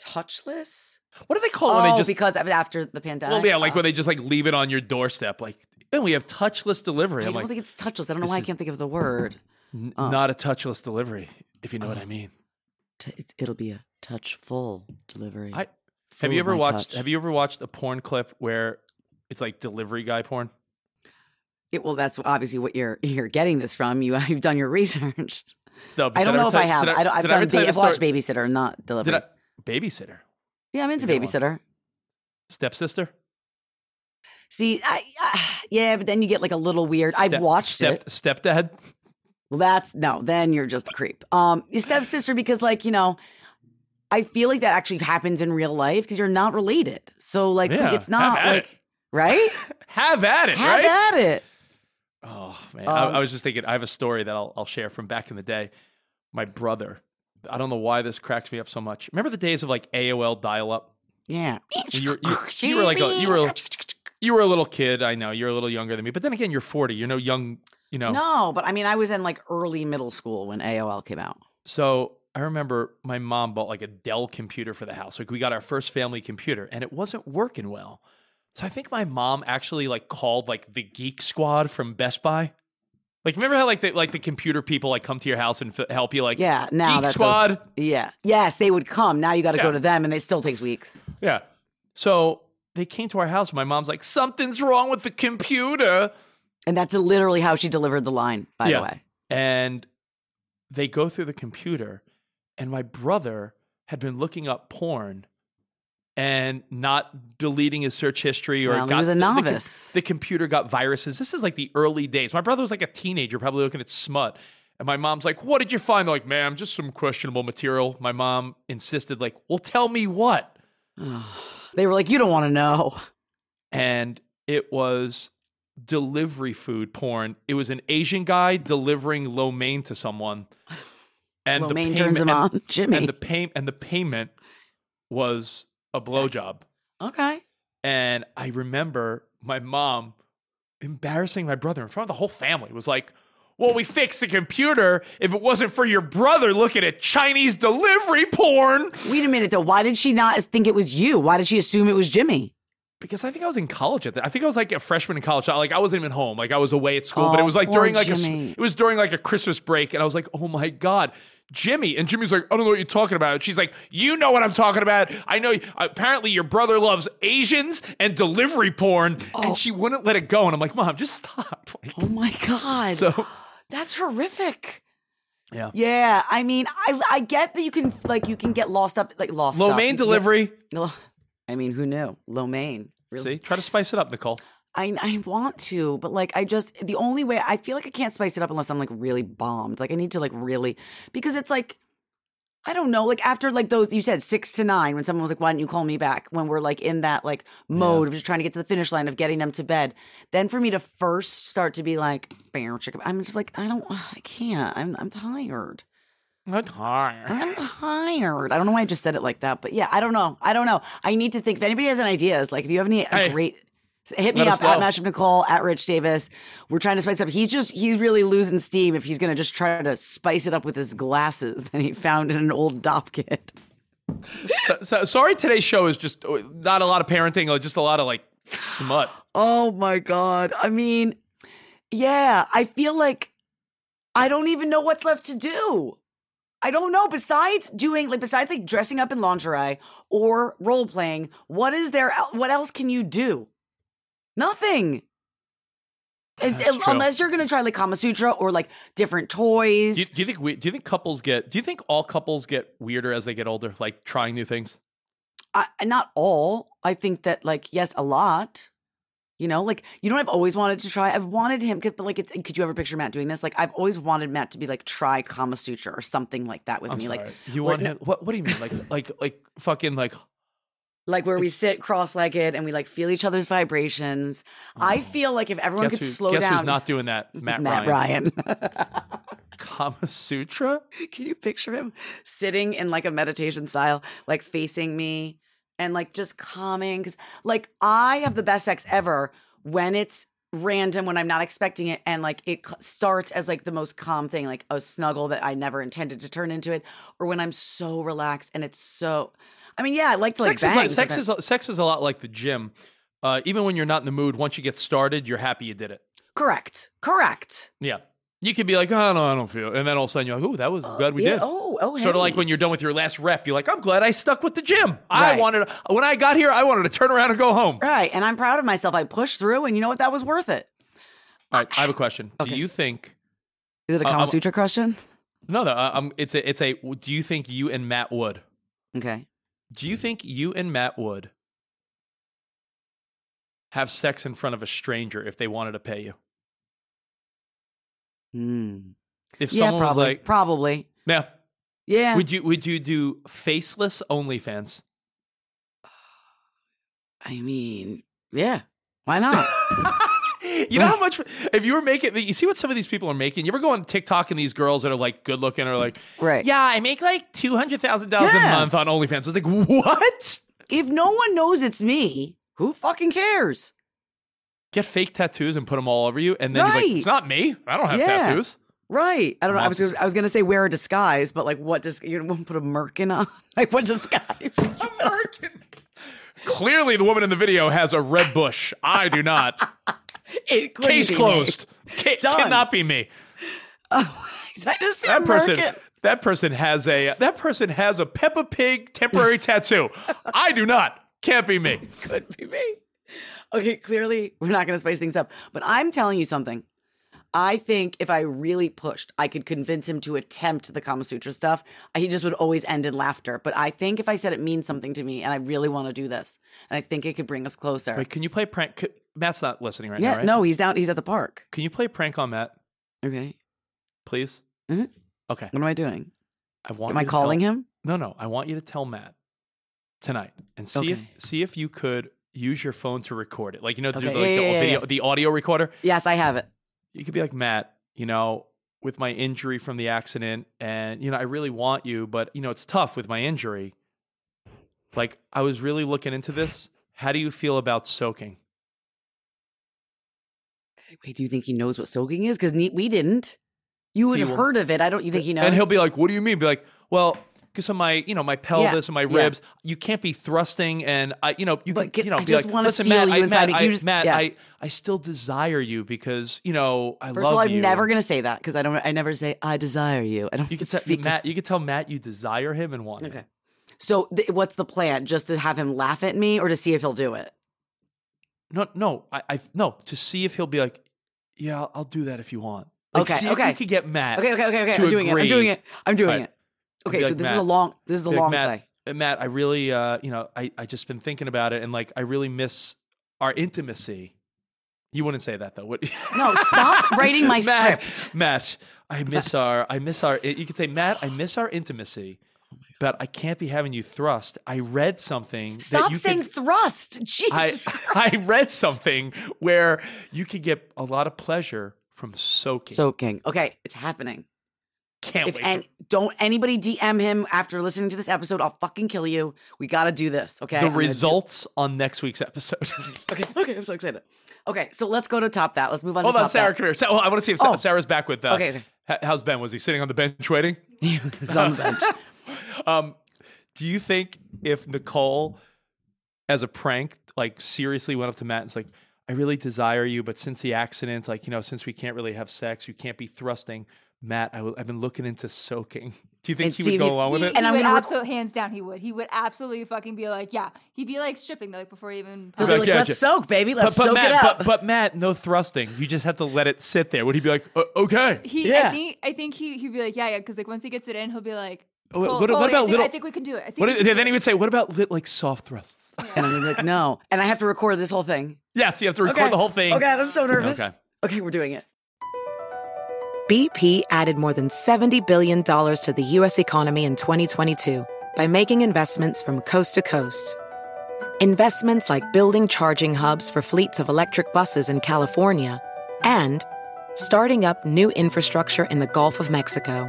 touchless? What do they call it Oh, when they just? because of- after the pandemic. well, yeah, like Oh. when they just like leave it on your doorstep. Like, and we have touchless delivery. I I'm don't like, think it's touchless. I don't know this why I is- can't think of the word. N- Uh. Not a touchless delivery, if you know what I mean. T- it's- it'll be a touchful delivery. I- Full Have you of ever my watched touch. Have you ever watched a porn clip where it's like delivery guy porn? It, well, that's obviously what you're you're getting this from. You you've done your research. No, but I did don't know if ever I tell- have. did I, don't, I've did ever done. tell you Ba- I've the story- watched Babysitter, not Did Delivery. I, babysitter, yeah, I'm into You know what? Babysitter. stepsister. See, I, I yeah, but then you get like a little weird. I've Step- watched step, it. Stepdad. Well, that's no. Then you're just a creep. Um, your stepsister, because like you know, I feel like that actually happens in real life because you're not related. So like, Yeah, it's not have at like it. right. Have at it, Have right? at it. Oh man, Um, I, I was just thinking. I have a story that I'll, I'll share from back in the day. My brother. I don't know why this cracks me up so much. Remember the days of like AOL dial-up? Yeah. You, you, you were like a, you were you were a little kid. I know you're a little younger than me, but then again, you're 40. You're no young. You know. No, but I mean, I was in like early middle school when AOL came out. So I remember my mom bought like a Dell computer for the house. Like we got our first family computer and it wasn't working well. So I think my mom actually like called like the geek squad from Best Buy. Like remember how like the like the computer people like come to your house and f- help you like Yeah, now geek that squad. does- yeah, yes, they would come. Now you got to Yeah. go to them, and it still takes weeks. Yeah. So they came to our house. My mom's like something's wrong with the computer. And that's literally how she delivered the line. By Yeah. the way, and they go through the computer and my brother had been looking up porn and not deleting his search history or Well, he got was the- a the com- novice. The, computer got viruses. This is like the early days. My brother was like a teenager, probably looking at smut. And my mom's like, "What did you find?" They're like, "Ma'am, just some questionable material." My mom insisted, like, "Well, tell me what." They were like, you don't want to know. and it was delivery food porn. It was an Asian guy delivering lo mein to someone, and Well, the Maine payment turns him and, on. Jimmy. and the pay and the payment was a blowjob. okay. And I remember my mom embarrassing my brother in front of the whole family. It was like, "Well, we fixed the computer. If it wasn't for your brother looking at Chinese delivery porn." Wait a minute, though. Why did she not think it was you? Why did she assume it was Jimmy? because I think I was in college at that. I think I was like a freshman in college. I- Like I wasn't even home. Like I was away at school. but it Oh, was like poor during like a s- Jimmy. it was during like a Christmas break, and I was like, oh my god, Jimmy. And Jimmy's like, I don't know what you're talking about. And she's like, you know what I'm talking about. I know. Apparently, your brother loves Asians and delivery porn, and she wouldn't let it go. And I'm like, mom, just stop. Like, Oh my God. so That's horrific. Yeah. Yeah. I mean, I I get that you can like you can get lost up like lost. lo up. mein You delivery. can't- I mean, who knew? Lo mein. Really? See, try to spice it up, Nicole. I I want to, but like I just the only way I feel like I can't spice it up unless I'm like really bombed. Like I need to like really because it's like I don't know, like after like those you said six to nine when someone was like, Why didn't you call me back? When we're like in that like mode of just trying to get to the finish line of getting them to bed. Then for me to first start to be like, "Bam, chicka," I'm just like, I don't I can't. I'm I'm tired. That's hard. I'm tired. I don't know why I just said it like that, but yeah, I don't know. I don't know. I need to think. If anybody has any ideas, like if you have any Hey. great, hit me Let us up at know. Mashup Nicole at Rich Davis. We're trying to spice up. He's just he's really losing steam if he's going to just try to spice it up with his glasses that he found in an old dop kit. So, so, sorry, today's show is just uh, not a lot of parenting, or just a lot of like smut. Oh my god. I mean, yeah, I feel like I don't even know what's left to do. I don't know. Besides doing like besides like dressing up in lingerie or role playing, what is there el- what else can you do? Nothing. Is, That's true. unless you're gonna try like Kama Sutra or like different toys. Do you, do you think we, do you think couples get do you think all couples get weirder as they get older like trying new things I, not all. I think that like yes, a lot. You know, like you know, what I've always wanted to try. I've wanted him, 'cause- but like, it's, could you ever picture Matt doing this? Like, I've always wanted Matt to be like try Kama Sutra or something like that with me, like you where- want him what what do you mean like like like fucking like like where we sit cross-legged and we like feel each other's vibrations. I feel like if everyone Oh. guess, could who- slow guess down, who's not doing that Matt, Matt Ryan. Ryan. Kama Sutra Can you picture him sitting in like a meditation style, like facing me and like just calming? Cause like I have the best sex ever when it's random, when I'm not expecting it. And like it c- starts as like the most calm thing, like a snuggle that I never intended to turn into it, or when I'm so relaxed and it's so. I mean, yeah, I like to like sex is bang like, sex sometimes. is sex is a lot like the gym uh, even when you're not in the mood once you get started you're happy you did it correct, correct. yeah you could be like oh no I don't feel and then all of a sudden you're like oh that was glad we Yeah, did Oh, oh, Sort of like hey. when you're done with your last rep, you're like, "I'm glad I stuck with the gym. I Right. wanted when I got here, I wanted to turn around and go home." right, and I'm proud of myself. I pushed through, and you know what? That was worth it. All right, I have a question. Okay. Do you think? Is it a Uh, Kama I'm- Sutra question? No, no. uh, Um, it's a. It's a. Do you think you and Matt would? Okay. Do you think you and Matt would have sex in front of a stranger if they wanted to pay you? Hmm. If yeah, someone probably. was like, probably. "Yeah, Yeah. would you would you do faceless OnlyFans?" I mean, yeah. Why not? you know how much if you were making you see what some of these people are making. You ever go on TikTok and these girls that are like good looking are like, right. "Yeah, I make like two hundred thousand dollars a Yeah. month on OnlyFans." It's like what? If no one knows it's me, who fucking cares? get fake tattoos and put them all over you, and then you're like, Right. it's not me. I don't have Yeah. tattoos. Right. I don't know. I was Mom- gonna, I was gonna say wear a disguise, but like what dis you know, put a merkin on? Like what disguise? American. Clearly, the woman in the video has a red bush. I do not. It couldn't Case be me. closed. Ca- Done. cannot be me. Did I just see That a person. merkin? That person has a. That person has a Peppa Pig temporary tattoo. I do not. Can't be me. could be me. Okay, clearly we're not going to spice things up, but I'm telling you something. I think if I really pushed, I could convince him to attempt the Kama Sutra stuff. He just would always end in laughter. But I think if I said it means something to me and I really want to do this, and I think it could bring us closer. Wait, can you play prank? c- Matt's not listening right yeah, now, right? no, he's down. He's at the park. Can you play prank on Matt, Okay. please? Mhm. Okay. What am I doing? I want. Am I you to tell- calling him? No, no. I want you to tell Matt tonight and see Okay. if see if you could use your phone to record it. Like you know, to do Okay. the, like, Yeah, the yeah, yeah, video, yeah. the audio recorder. Yes, I have it. You could be like Matt. You know, with my injury from the accident, and you know, I really want you, but you know, it's tough with my injury. Like I was really looking into this. How do you feel about soaking? Wait, do you think he knows what soaking is? Because we didn't. You would He have will- heard of it. I don't. You think he knows? And he'll be like, "What do you mean?" Be like, "Well, because of my, you know, my pelvis and my yeah. ribs, you can't be thrusting, and I, you know, you But can, can- you know, I be just like, wanna listen, feel Matt, you I, inside. Matt, You I, just- Matt yeah. I, I still desire you because you know I First love of all, I'm you." never gonna say that because I don't. I never say I desire you. I don't. You could tell speak. Matt. You could tell Matt you desire him and want. him. Okay. So th- what's the plan? Just to have him laugh at me, or to see if he'll do it? No, no, I, I, no. To see if he'll be like, "Yeah, I'll, I'll do that if you want." Like, Okay, See if okay. you could get Matt. Okay, okay, okay, okay. to I'm doing it. I'm doing agree. it. I'm doing Right. it. I'd Okay, be so like, this is a Matt- long. This is a Be like, long Matt, play. uh, Matt, I really, uh, you know, I, I just been thinking about it, and like, I really miss our intimacy. You wouldn't say that though. Would No, stop writing my Matt, script. Matt, I miss our, I miss our. You could say, Matt, I miss our intimacy, but I can't be having you thrust. I read something. that Stop you saying could- thrust. I, Jesus. I read something where you could get a lot of pleasure from soaking. Soaking. Okay, it's happening. can't If eh, wait. and to- don't anybody DM him after listening to this episode, I'll fucking kill you. We gotta do this. Okay. the I'm gonna do- results on next week's episode. Okay. Okay. I'm so excited. Okay. So let's go to top that. Let's move on. Hold to on, top Sarah. That. Career. Sa- oh, I want to see if Sa- Oh. Sarah's back with. Uh, Okay, okay. h- how's Ben? Was he sitting on the bench waiting? It's on the bench. Um, do you think if Nicole, as a prank, like seriously went up to Matt and's like, "I really desire you, but since the accident, like you know, since we can't really have sex, you can't be thrusting." Matt, i w- I've been looking into soaking. Do you think And he see would if go you- along with He, it? And he I'm would gonna rec- absolutely, hands down, he would. He would absolutely fucking be like, yeah. He'd be like stripping, like before he even. He'll be Okay, like, gotcha. let's soak, baby. Let's but, but soak Matt, it up. But, but Matt, no thrusting. You just have to let it sit there. Would he be like, "Uh, okay? He, Yeah. I think, I think he, he'd be like, yeah, yeah, because like once he gets it in, he'll be like, Oh, what- "Cool, what cool, about yeah, I think- little- I think we can do it. I think What we if- can do then he it." would say, "What about lit, like soft thrusts?" and I'm like, no. And I have to record this whole thing. yes, you have to record the whole thing. Oh god, I'm so nervous. Okay. Okay. we're doing it. BP added more than $70 billion to the U.S. economy in 2022 by making investments from coast to coast. Investments like building charging hubs for fleets of electric buses in California and starting up new infrastructure in the Gulf of Mexico.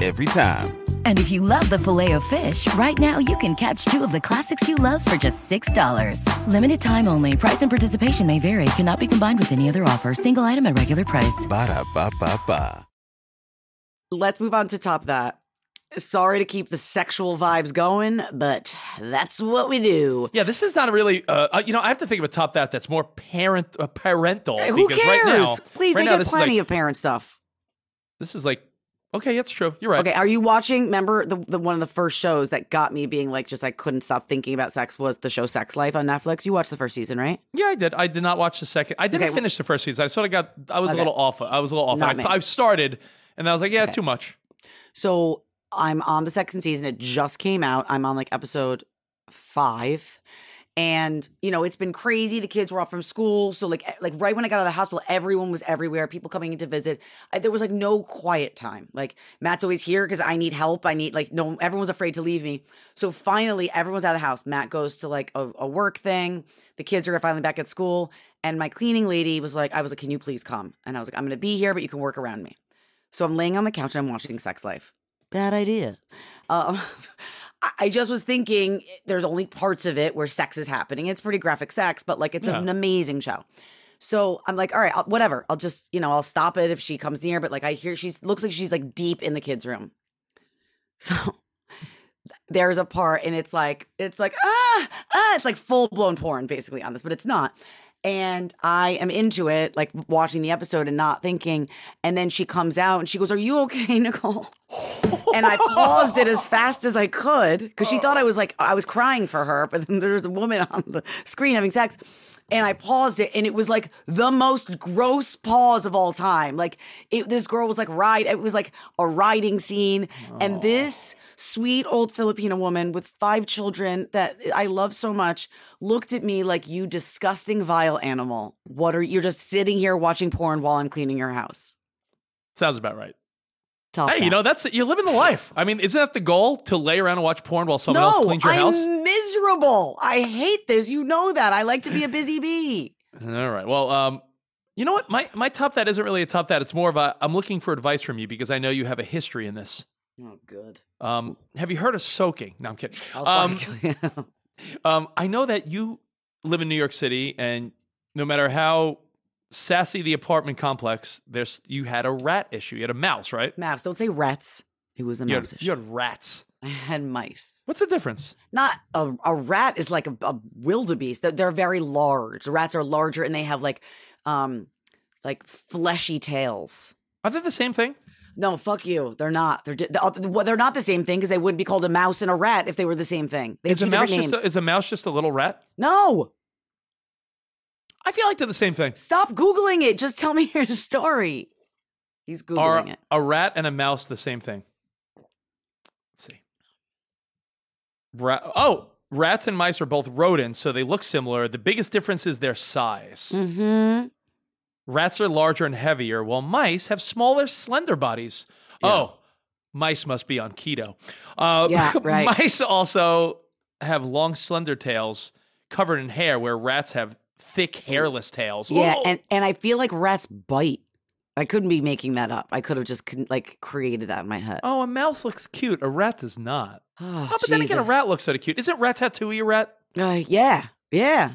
Every time. And if you love the filet of fish, right now you can catch two of the classics you love for just $6. Limited time only. Price and participation may vary. Cannot be combined with any other offer. Single item at regular price. Ba-da-ba-ba-ba. Let's move on to top that. Sorry to keep the sexual vibes going, but that's what we do. Yeah, this is not really. Uh, uh, you know, I have to think of a top that that's more parent uh, parental. Who because cares? Right now, Please, right they now, get this plenty is like, of parent stuff. This is like, okay, that's true. You're right. Okay, are you watching? Remember the, the one of the first shows that got me being like, just I couldn't stop thinking about sex was the show Sex Life on Netflix. You watched the first season, right? Yeah, I did. I did not watch the second. I didn't Okay, well- finish the first season. I sort of got. I was a Okay. little off. I was a little off. Not I, me. I started, and I was like, yeah, Okay. too much. So I'm on the second season. It just came out. I'm on like episode five. And you know it's been crazy. The kids were off from school, so like e, like right when I got out of the hospital, everyone was everywhere. People coming in to visit. I, there was like no quiet time. Like Matt's always here because I need help. I need like no. Everyone's afraid to leave me. So finally, everyone's out of the house. Matt goes to like a, a work thing. The kids are finally back at school, and my cleaning lady was like, I was like, can you please come? And I was like, I'm gonna be here, but you can work around me. So I'm laying on the couch and I'm watching Sex Life. Bad idea. Um, I- I just was thinking eh, there's only parts of it where sex is happening. It's pretty graphic sex, but like it's Yeah. an amazing show. So I'm like, all right, I'll, whatever. I'll just, you know, I'll stop it if she comes near. But like, I hear she's looks like she's like deep in the kids' room. So there's a part, and it's like, it's like ah ah, it's like full blown porn basically on this, but it's not. And I am into it, like watching the episode and not thinking. And then she comes out and she goes, "Are you okay, Nicole?" and I paused it as fast as I could because she thought I was like I was crying for her, but then there was a woman on the screen having sex, and I paused it, and it was like the most gross pause of all time. Like it, this girl was like ride, it was like a riding scene, and this sweet old Filipino woman with five children that I love so much looked at me like you disgusting vile animal. What are you're just sitting here watching porn while I'm cleaning your house? Sounds about right. Top Hey, you that. know that's you're living the life. I mean, isn't that the goal to lay around and watch porn while someone else cleans your I'm house? miserable. I hate this. You know that. I like to be a busy bee. All right. Well, um, you know what? My my top that isn't really a top that. It's more of a I'm looking for advice from you because I know you have a history in this. Oh, good. Um, have you heard of soaking? No, I'm kidding. I'll Um, fucking kill you. um, I know that you live in New York City, and no matter how sassy the apartment complex, there's you had a rat issue. You had a mouse, right? mouse. Don't say rats. It was a You mouse. had, you had rats. I had mice. What's the difference? Not a, a rat is like a, a wildebeest. They're, they're very large. Rats are larger and they have like, um, like fleshy tails. Are they the same thing? No, fuck you. They're not. They're di- well, they're not the same thing because they wouldn't be called a mouse and a rat if they were the same thing. They have Is a two mouse different just names. a, is a mouse just a little rat? no, I feel like they're the same thing. stop googling it. Just tell me your story. He's googling Are it. a rat and a mouse the same thing? Let's see. Ra- oh, rats and mice are both rodents, so they look similar. The biggest difference is their size. Mm-hmm. Rats are larger and heavier, while mice have smaller, slender bodies. Oh, mice must be on keto. Uh, Yeah, right. Mice also have long, slender tails covered in hair, where rats have thick, hairless tails. Oh, Yeah, Ooh. and and I feel like rats bite. I couldn't be making that up. I could have just con- like created that in my head. oh, a mouse looks cute. A rat does not. Oh, Oh, but then again, a Jesus. rat looks sort of cute. Isn't Rat Tattooey a rat? Uh, yeah, yeah.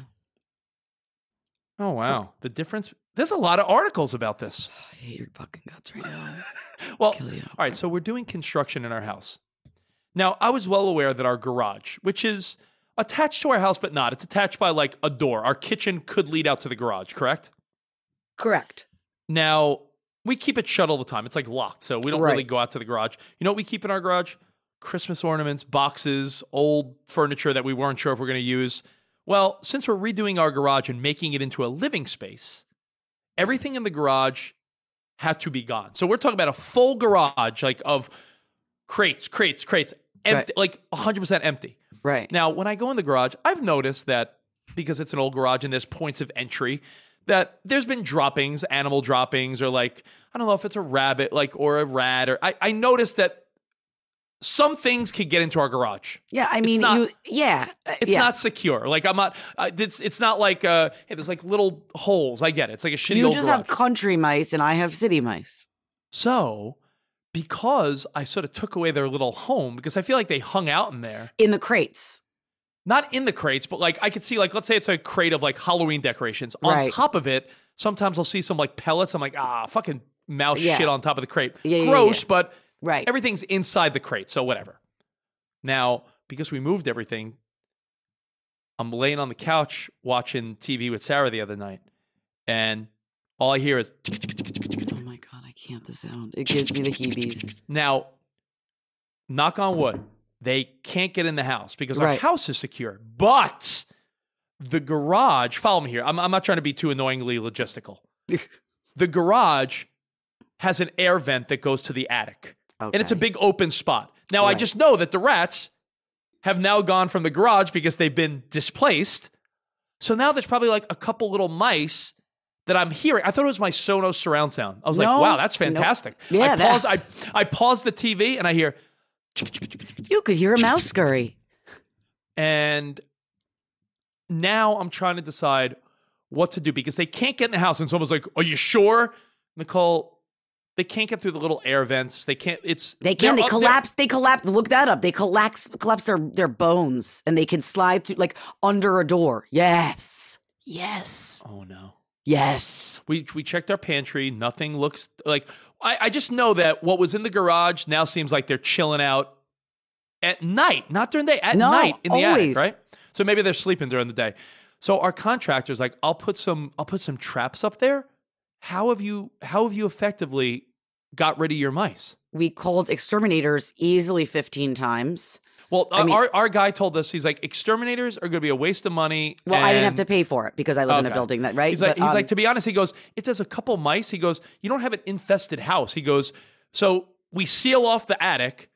Oh wow, the difference. There's a lot of articles about this. I hate your fucking guts right now. Well, Kill you. all right. So we're doing construction in our house. Now I was well aware that our garage, which is attached to our house but not, it's attached by like a door. Our kitchen could lead out to the garage, correct? Correct. Now we keep it shut all the time. It's like locked, so we don't Right. really go out to the garage. You know what we keep in our garage? Christmas ornaments, boxes, old furniture that we weren't sure if we're going to use. Well, since we're redoing our garage and making it into a living space, everything in the garage had to be gone. So we're talking about a full garage like of crates, crates, crates, empty, like 100% empty. Right. Now, when I go in the garage, I've noticed that because it's an old garage and there's points of entry, that there's been droppings, animal droppings, or like, I don't know if it's a rabbit, like, or a rat, or I, I noticed that some things could get into our garage. yeah, I mean, not- you. Yeah, uh, It's yeah. not secure. Like, I'm not, uh, it's, it's not like, uh, hey, there's like little holes. I get it. It's like a shitty You old just garage. have country mice, and I have city mice. so, because I sort of took away their little home, because I feel like they hung out in there. In the crates, not in the crates, but like I could see, like, let's say it's a crate of like Halloween decorations. On Right. top of it, sometimes I'll see some like pellets. I'm like, ah, fucking mouse Yeah. shit on top of the crate. Yeah, yeah, Gross, yeah. but right? everything's inside the crate, so whatever. Now, because we moved everything, I'm laying on the couch watching TV with Sarah the other night, and all I hear is oh my god, I can't. The sound it gives me the heebies. Now, knock on wood, they can't get in the house because our Right. house is secure. But the garage, follow me here. I'm, I'm not trying to be too annoyingly logistical. the garage has an air vent that goes to the attic, and it's a Okay. big open spot. Now, I Right. just know that the rats have now gone from the garage because they've been displaced. So now there's probably like a couple little mice that I'm hearing. I thought it was my Sonos surround sound. I was like, No, wow, that's no. fantastic. I Yeah, that- paused, I I pause the TV and I hear You could hear a mouse scurry. and now I'm trying to decide what to do because they can't get in the house and someone's like, "Are you sure?" Nicole, they can't get through the little air vents. They can't it's They they're can. They up- they're- collapse. They collapse. Look that up. They collapse. Collapse their their bones, and they can slide through like under a door. Yes. Yes. Oh no. Yes. We we checked our pantry. Nothing looks like I, I just know that what was in the garage now seems like they're chilling out at night, not during the day, at No, night in the attic, always. right? So maybe they're sleeping during the day. So our contractor's like, I'll put some I'll put some traps up there. How have you how have you effectively got rid of your mice? We called exterminators easily 15 times. Well, I mean- our our guy told us he's like exterminators are going to be a waste of money. Well, I didn't have and- to pay for it because I live in a Okay. building that, right? He's like, But, he's um, like, to be honest, he goes, if there's a couple mice, he goes, you don't have an infested house. He goes, so we seal off the attic.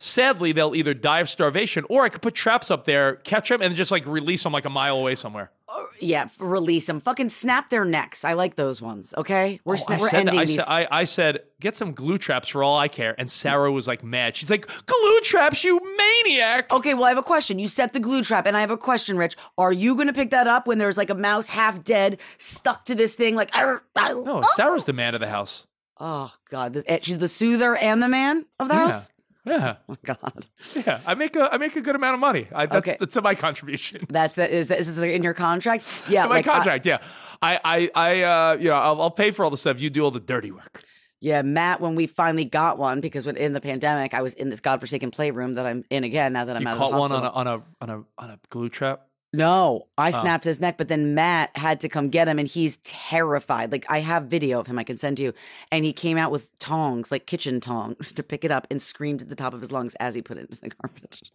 Sadly, they'll either die of starvation, or I could put traps up there, catch them, and just like release them like a mile away somewhere. yeah, f- release them. Fucking snap their necks. I like those ones. Okay. We're, Oh, sna- I we're said that. ending I these. said, I, I said, get some glue traps for all I care. And Sarah was like mad. She's like, glue traps, you maniac! Okay, well, I have a question. You set the glue trap, and I have a question, Rich. Are you going to pick that up when there's like a mouse half dead stuck to this thing? Like, "Arr, arr, No, oh." Sarah's the man of the house. Oh God, this, eh, she's the soother and the man of the house. Yeah, Oh, God, yeah. I make a I make a good amount of money. I, that's Okay. that's my contribution. that's that. Is that is this in your contract? Yeah, my like, I- contract. yeah, I, I, I, uh, you know, I'll, I'll pay for all the stuff. You do all the dirty work. yeah, Matt. When we finally got one, because when in the pandemic, I was in this godforsaken playroom that I'm in again now that I'm you out caught of the one on a hospital. on a on a on a glue trap. No, I Oh. snapped his neck, but then Matt had to come get him, and he's terrified. Like I have video of him I can send you, and he came out with tongs, like kitchen tongs, to pick it up and screamed at the top of his lungs as he put it in the garbage.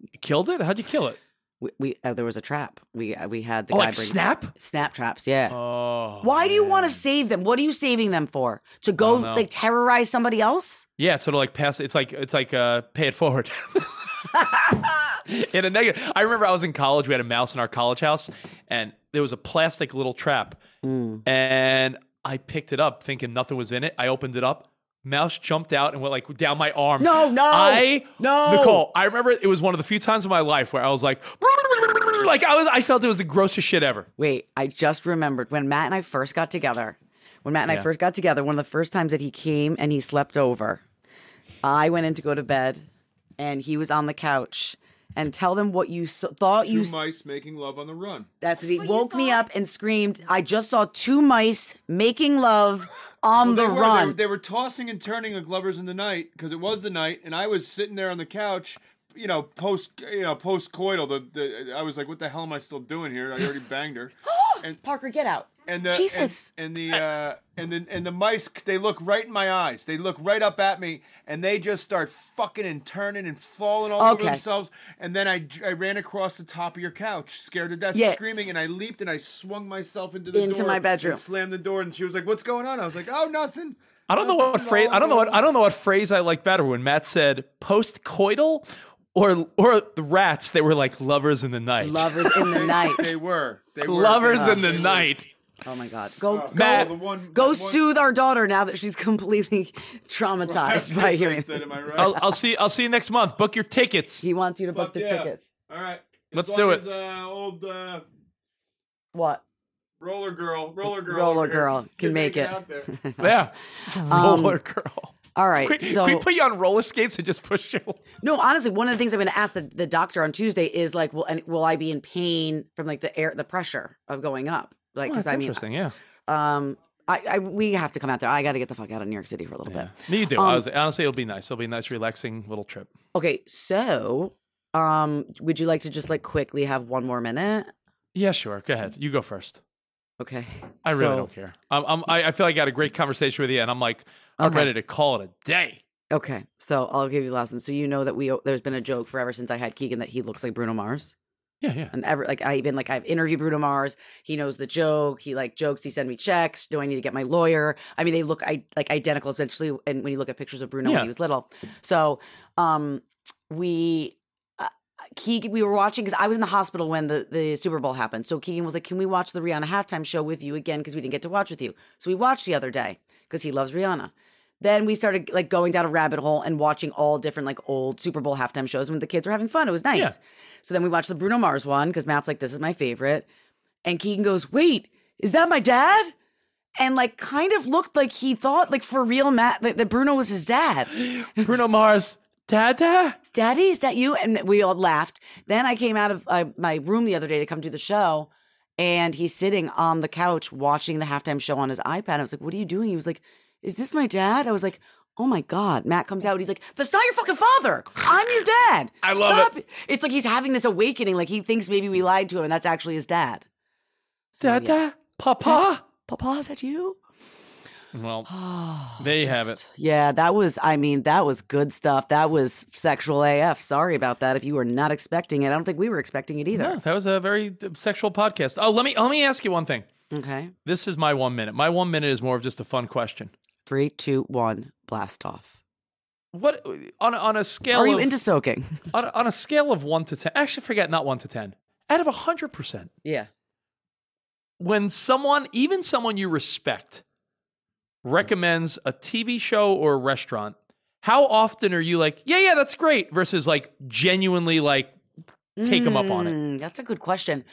You killed it. How'd you kill it? We, we uh, there was a trap. We uh, we had the oh, guy like bring snap. snap traps. Yeah. Oh, Why do you want to man. save them? What are you saving them for? To go know. like terrorize somebody else? Yeah, sort of like pass. It's like it's like uh, pay it forward. in a negative, I remember I was in college. We had a mouse in our college house, and there was a plastic little trap, Mm. and I picked it up thinking nothing was in it. I opened it up. Mouse jumped out and went like down my arm. No, no, I no. Nicole. I remember it was one of the few times in my life where I was like, like I was. I felt it was the grossest shit ever. Wait, I just remembered when Matt and I first got together. When Matt and I Yeah. first got together, one of the first times that he came and he slept over, I went in to go to bed, and he was on the couch. And tell them what you s- thought you. Two s- mice making love on the run. That's what he woke me up and screamed. I just saw two mice making love on They the were, they run. were- They, were tossing and turning like lovers in the night because it was the night, and I was sitting there on the couch. You know, post you know post coital. The, the I was like, what the hell am I still doing here? I already banged her. Parker, get out. And the Jesus. and, and the uh, and the and the mice they look right in my eyes. They look right up at me, and they just start fucking and turning and falling all Okay. over themselves. And then I, j- I ran across the top of your couch, scared to death, Yeah. screaming, and I leaped and I swung myself into the Into door my bedroom. and slammed the door. And she was like, "What's going on?" I was like, "Oh, nothing." I don't know what Nothing phrase. wrong, I don't know what. dude." I don't know what phrase I like better. When Matt said post coital, or or the rats, they were like lovers in the night. Lovers in the night. They were. They were. lovers They in the were. night. Oh my God. Go, Oh, go, Matt, the one- go the one- soothe our daughter now that she's completely traumatized by That's what I hearing. said, am I right? Oh. I'll, I'll see. I'll see you next month. Book your tickets. He wants you to book Fuck the yeah. tickets. All right. As Let's long do it. As, uh, old uh, What? roller girl, roller girl, Roller over here girl can make it. out there. Yeah, It's roller girl. All Um, right. Quick, so we put you on roller skates and just push you. no, honestly, one of the things I'm going to ask the, the doctor on Tuesday is like, will and will I be in pain from like the air, the pressure of going up? Like, because I mean, Oh, Yeah, um, I, I we have to come out there. I got to get the fuck out of New York City for a little bit. you do. Um, I was, honestly, it'll be nice. It'll be a nice, relaxing little trip. Okay, so um, would you like to just like quickly have one more minute? Yeah, sure. Go ahead. You go first. Okay. I really So- don't care. I'm, I'm, I I feel like I had a great conversation with you, and I'm like, I'm Okay. ready to call it a day. Okay, so I'll give you the last one. So you know that we there's been a joke forever since I had Keegan that he looks like Bruno Mars. Yeah, yeah. and ever like I even like I've interviewed Bruno Mars. He knows the joke. He like jokes. He send me checks. Do I need to get my lawyer? I mean, they look I like identical, especially and when you look at pictures of Bruno Yeah. when he was little. So, um, we. uh, Keegan, we were watching because I was in the hospital when the, the Super Bowl happened. So Keegan was like, "Can we watch the Rihanna halftime show with you again? Because we didn't get to watch with you." So we watched the other day because he loves Rihanna. Then we started like going down a rabbit hole and watching all different like old Super Bowl halftime shows when the kids were having fun. It was nice. Yeah. So then we watched the Bruno Mars one because Matt's like, this is my favorite. And Keegan goes, wait, is that my dad? And like kind of looked like he thought, like for real, Matt, that, that Bruno was his dad. Bruno Mars, Dada. Daddy, is that you? And we all laughed. Then I came out of uh, my room the other day to come do the show. And he's sitting on the couch watching the halftime show on his iPad. I was like, What are you doing? He was like, Is this my dad? I was like, Oh my God. Matt comes out. He's like, That's not your fucking father. I'm your dad. I love Stop it. It's like he's having this awakening. Like he thinks maybe we lied to him and that's actually his dad. So, Oh, yeah. Dada, Papa. Papa, is that you? Well, Ah, there you have it. Yeah, that was, I mean, that was good stuff. That was sexual AF. Sorry about that if you were not expecting it. I don't think we were expecting it No, either. that was a very sexual podcast. Oh, let me let me ask you one thing. Okay. This is my one minute. My one minute is more of just a fun question. Three, two, one, blast off. What on a- on a scale? Are you of, into soaking? on, a, on a scale of one to ten? Actually, forget not one to ten. Out of hundred percent, Yeah. when someone, even someone you respect, recommends a TV show or a restaurant, how often are you like, yeah, yeah, that's great, versus like genuinely like take them up on it? Hmm, That's a good question.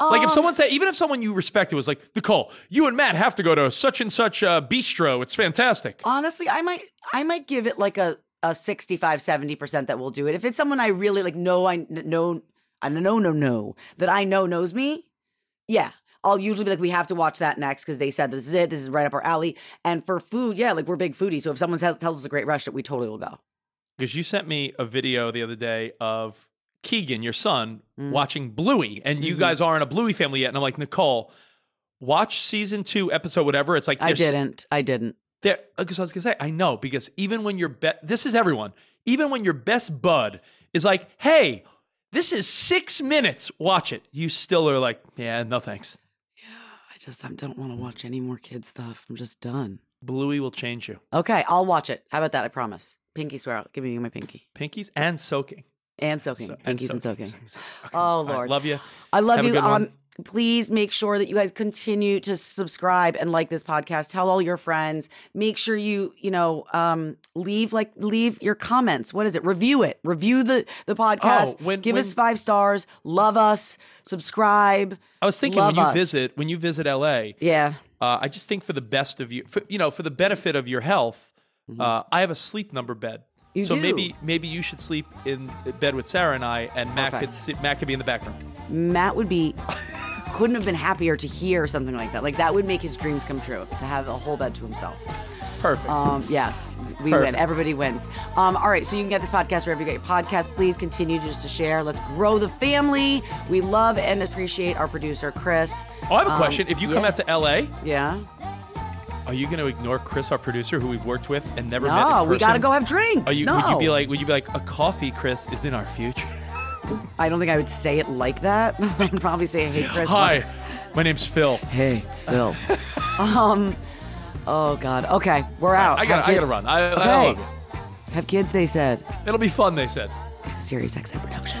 Like if Um, someone said, even if someone you respected was like, Nicole, you and Matt have to go to such and such uh, bistro. It's fantastic. honestly i might i might give it like a, a 65 70% that will do it if it's someone i really like know i kn- know i know no no that i know knows me yeah i'll usually be like we have to watch that next because they said this is it this is right up our alley and for food yeah like we're big foodies so if someone tells, tells us a great restaurant we totally will go Because you sent me a video the other day of Keegan, your son, Mm. watching Bluey, and Mm-hmm. you guys aren't a Bluey family yet. And I'm like, Nicole, watch season two, episode whatever. It's like i there's- didn't i didn't There, because I was gonna say, I know because even when your bet, this is everyone. Even when your best bud is like, "Hey, this is six minutes. Watch it." You still are like, "Yeah, no thanks." i just i don't want to watch any more kid stuff i'm just done Bluey will change you. okay i'll watch it how about that i promise pinky swear give me my pinky Pinkies and soaking. and soaking So- pinkies and soaking Okay. Oh, All right, Lord. love you. I love Have a you. good one. Um, please make sure that you guys continue to subscribe and like this podcast. Tell all your friends. Make sure you, you know, um, leave like leave your comments. What is it? Review it. Review the the podcast. Oh, when- Give when- us five stars. Love us. Subscribe. I was thinking Love when you us. visit when you visit LA, Yeah. uh, I just think for the best of you, for, you know, for the benefit of your health, uh, I have a sleep number bed. Mm-hmm. You so do. maybe maybe you should sleep in bed with Sarah and I, and Matt could Perfect. sit, Matt could be in the background. Matt would be couldn't have been happier to hear something like that. Like that would make his dreams come true to have a whole bed to himself. Perfect. Um, yes, we win. Perfect. Everybody wins. Um, all right, so you can get this podcast wherever you get your podcast. Please continue just to share. Let's grow the family. We love and appreciate our producer, Chris. oh, I have a um, question. If you come yeah. out to LA, Yeah. are you going to ignore Chris, our producer, who we've worked with and never met? in No, we person? gotta go have drinks. Are you, no, Would you be like? Would you be like a coffee? Chris is in our future. I don't think I would say it like that. I'd probably say, "Hey, Chris." Hi, my name's Phil. Hey, it's Phil. um. Oh God. Okay, we're out. I Have got. kid- I got to run. I, I Okay. love you. Have kids, they said. It'll be fun. They said. Serious XM production.